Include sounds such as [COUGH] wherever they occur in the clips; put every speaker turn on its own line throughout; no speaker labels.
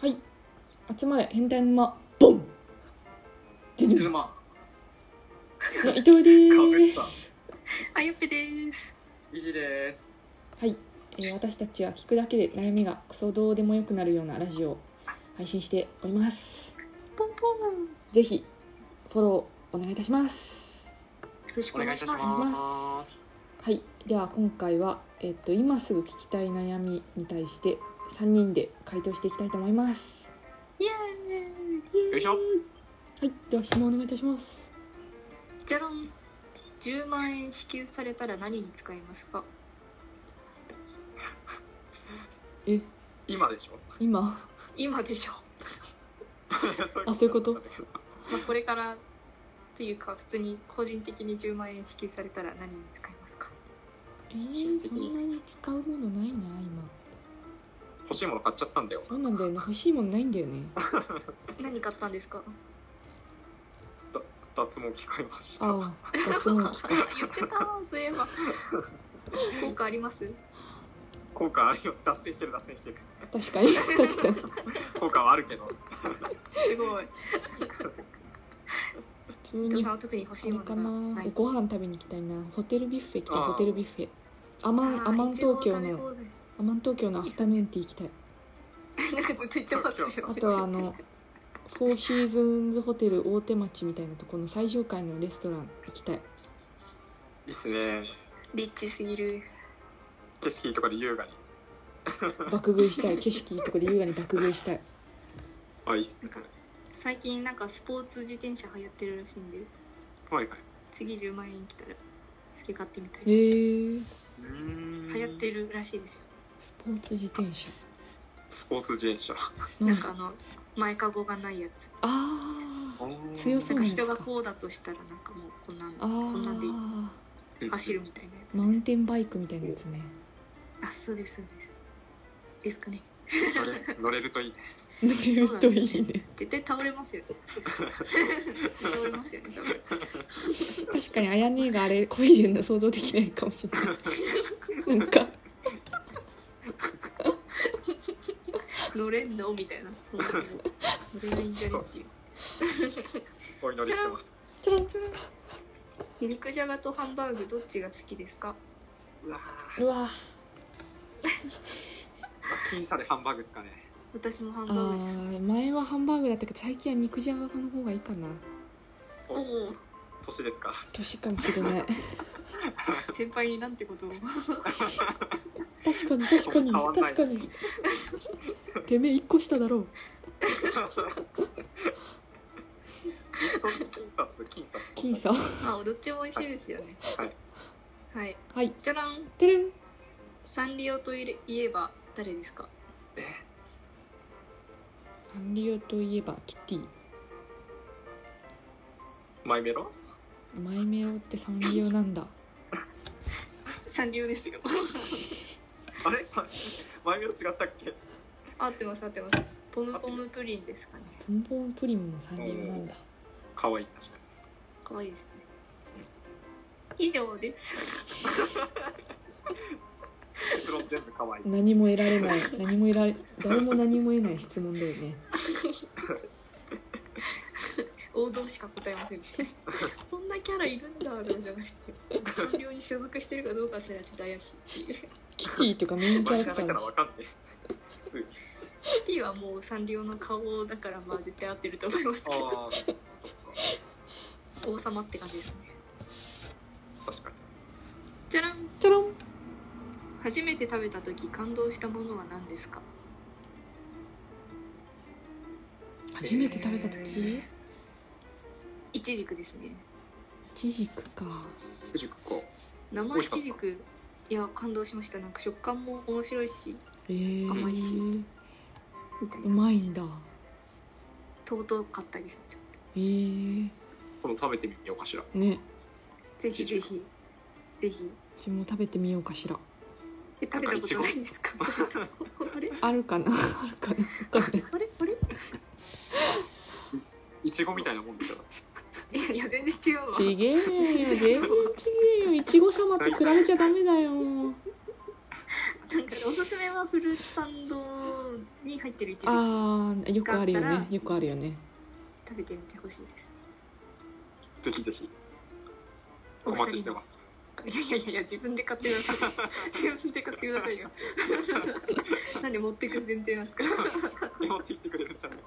はい集まれ変態沼ボンでで
ズマ
の伊藤で
かぶっ
ー
た
す、
あゆっぺです。
イジです
えー私たちは聞くだけで悩みがクソどうでもよくなるようなラジオを配信しております
ポンポン。よ
ぜひフォローお願いいたします
ろしく
お
お願
願い
い
いた
し
し
ま。
ますす
はいでは今回は、えっと今すぐ聞きたい悩みに対して3人で回答していきたいと思います
イエーイ。
よいしょ
はいでは質問お願いいたします
じゃらん。10万円支給されたら何に使いますか
え
今でしょ
今
今でしょ。
あそういうこと
だけど
まあ、これからというか普通に個人的に10万円支給されたら何に使いますか
えー、そんなに使うものないな今
欲しいもの買っちゃったんだよ
そうなんだよね欲しいものないんだよね
何買ったんですか
脱毛機買いました
ああ脱毛器
[LAUGHS] 言ってたわそういえば効果あります
効果あるよ脱線してる脱線してる
確かに確
[LAUGHS]
かに
効果はあるけど
すごい
普通
伊藤
に
さん
あ
は特に欲しい
れ
もの
か
が
な
ない
ご飯食べに行きたいなホテルビュッフェ行きたい
あー
ホテルビュッフェアマンアマン東京の
[LAUGHS]
アマン東京のアフタヌーンティー行きたい
なんかずっと言ってますよね
あとはあのフォーシーズンズホテル大手町みたいなところの最上階のレストラン行きたい
いいっすね
リッチすぎる
景色いいとこで優雅に
爆食いしたい
[LAUGHS]
景色いいとこで優雅に爆食いしたい
あいいっす
な
ね
んか最近なんかスポーツ自転車流行ってるらしいんで
はいはい
次10万円来たらそれ買ってみたい
え
です、
ー、
うーん
流行ってるらしいですよ
スポーツ自転車
スポーツ自転車
な
なんん
か
か
あの前かごがないやつ
ああ強そ
な
うんなん
か
ですか
人がこうだとしたらなんかもうこんなん
あー
こんなんで走るみたいなやつ
マウン
です
テンバイクみたいなやつね
あそうですそうですですかね
乗れ乗れるといいね
乗れるといいね
絶対倒れますよね [LAUGHS] 倒れますよね多分
確かにあやねえがあれこいでんの想像できないかもしれないなんか
乗れんのみたいなそうそう乗れないんじゃねっていう
お祈りしてます
ちょろんちょろん [LAUGHS]
肉じゃがとハンバーグどっちが好きですか
うわー
うわ
まあ僅差でハンバーグですかね
私もハン
あ
バーグです
ー前はハンバーグだったけど最近は肉じゃがの方がいいかな
お
お
お
年ですか
年かもしれない
先輩になんてことを
確かに確かに
変わんない
確かにてめえ一個下だろう
金サス金サス
僅差
まあどっちも美味しいですよね
はい
はい
はい
じゃらん
てるん
サンリオといえば誰ですか
サンリオといえばキティ
マイメロ
マイメロってサンリオなんだ
サンリオですよ
あれさマイメロ違ったっけ
合ってます合ってますポムポムプリンですかね
ポンポンプリンもサンリオなんだ
可愛い確か
可愛いですね以上です
に結論全部可愛い
何も得られない何も得られ誰も何も得ない質問だよね
王道しか答えませんでしたそんなキャラいるんだでもじゃなくてサンリオに所属してるかどうかすらちょっと怪しいっていうキ
キティとかメインキ
マイ
ャ
メ
ラク
ロ
ター
だか
だ
ら
し
わかんねえ普通に
ティはもうサンリオの顔だからまあ絶対合ってると思います
あ
けど
あそっか
王様って感じですね
確かに
じゃらん
ちょろん
初めて食べた時感動したものは何ですか
初めて食べた
え
時
ー
いちじくですね
イチジクか
藤子こ
生いちじくいや感動しましたなんか食感も面白いし
えー、
甘いしみたいうな
まいんだ
尊かったですねちょっ
えー、
今度食べてみようかしら
ね
とぜひぜひぜひ
うちも食べてみようかしら
え食べたことないんで
[LAUGHS]
すかあれ
あるかな [LAUGHS] あるかなわかんない
あれあれ
いちごみたいなもんでしょ
いやいや全然違うわ
ちげえよ全然ちげえよいちご様と比べちゃダメだよ
なんかおすすめはフルーツサンドに入ってるイチジク
ああよくあるよ
だった
ね
ら
よくあるよね
食べてみてほしいですね
ぜひぜひ
お
お
二
待ちし
人
て
の
ます
いやいやいやいや自分で買ってく
[LAUGHS]
ださい自分で買ってくださいよなんで持ってく前提なんですか
持ってきてくれるんじゃない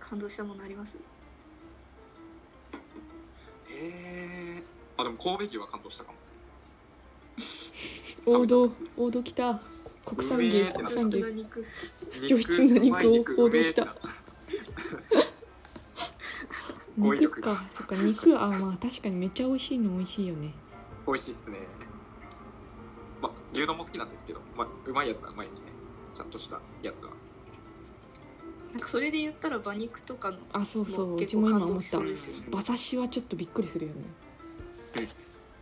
感動したものあります
えー、あでも神戸牛は感動したかも
王道王道きた国産
う
牛
めえって
国
な
上
産牛
質な肉
良質な肉を
うまい肉
王道来た
うめえってな語彙
肉
力
か
が
そっか肉あまあ確かにめっちゃ美味しいの美味しいよね
美味しいですねまあ牛丼も好きなんですけど、まあ、うまいやつはうまいですねちゃんとしたやつは
なんかそれで言ったら馬肉とかの
あそうそう
もう
うち
結構
も今
感
思
動
っ
したそうですよね
馬刺しはちょっとびっくりするよね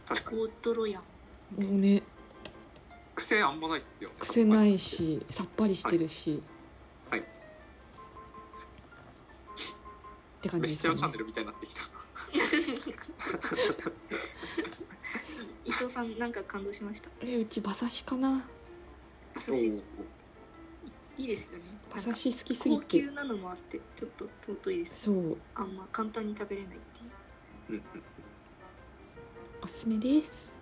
確かに
大トロやみたい
も
な
うね
癖あんまないっすよ
癖ないしさっぱりしてるし
はいはい
って感じ
飯
です
テ
か
ロチャン
ね
ネルみたいになってきた
[LAUGHS] 伊藤さんなんか感動しました
えうち馬刺しかな
馬
お
刺し
ー
いいですよね
馬
なんか
刺し好きすぎ
高
て
級なのもあってちょっと尊いです
そう
あんま簡単に食べれないって
うん
いう
うん
おすすめです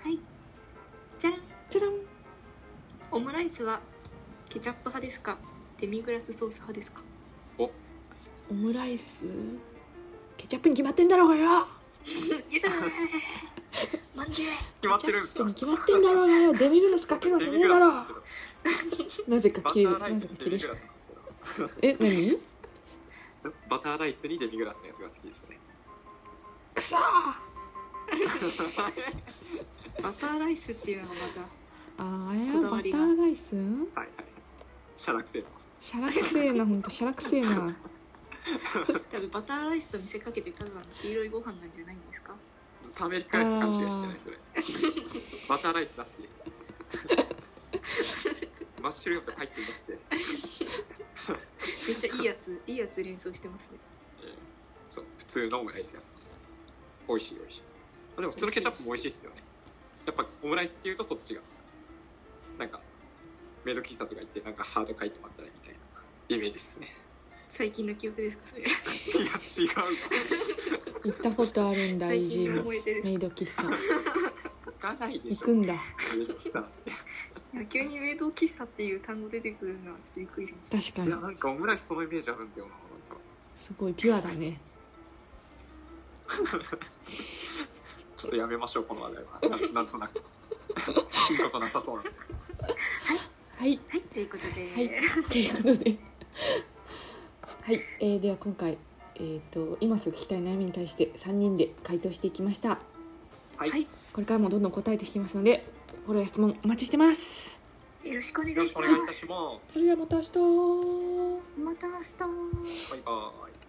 はいじゃん
じゃらん
オムライスはケチャップ派ですかデミグラスソース派ですか
オムライスケチャップに決まってんだろうがよ
まんじゅう
決まってるんです
ケチャップに決
か
まってんだろうがよデミグラスかけるわけねえだろ
バ
なぜか
タ
切る
ー
な
ライス
ぜ
に
か切る
デミグラス
え何
バターライスにデミグラスのやつが好きですね
くそー
バターライスっていうのがま
ああれ
こ
は
だ
バタ
わりが
ーライス
はいはいシャラクセと
シャラくせえなほんとシャラくせえな
た多分バターライスと見せかけてただの黄色いご飯なんじゃないんですか
ためり返す感じがしてないそれバターライスだってマッシュルームとか入ってるんだって
めっちゃいいや [LAUGHS] ついいやつ連想してますね
えーそう普通のオムライスです美味しい美味しいあでも普通のケチャップも美味しいですよねやっぱオムライスっていうとそっちがなんかメイド喫茶とか行ってなんかハード書いてもらったりみたいなイメージですね
最近の記憶ですかそれ
いや違うわ
行ったことあるんだ
最
イ
近
ジ
の
ー
思い出です
メイド喫茶
行かないで
行
しょ
くんだ
メイド喫茶って
いや急にメイド喫茶っていう単語出てくるのはちょっとびっくりしました
確か
い
に
やなんかオムライスそのイメージあるんだよななんか
すごいピュアだね
ちょっとやめましょうこの話題はななんとなくいいことなさそうな
はい
はいということで、
はいということではい、えー、では今回えっ、と今すぐ聞きたい悩みに対して3人で回答していきました
はい、
はい
これからもどんどん答えていきますのでフォローや質問お待ちしてます
よろしくお願い
よろし
し
くお
ま
願いいた
す
します
それではまた明日
また明日
バイバイ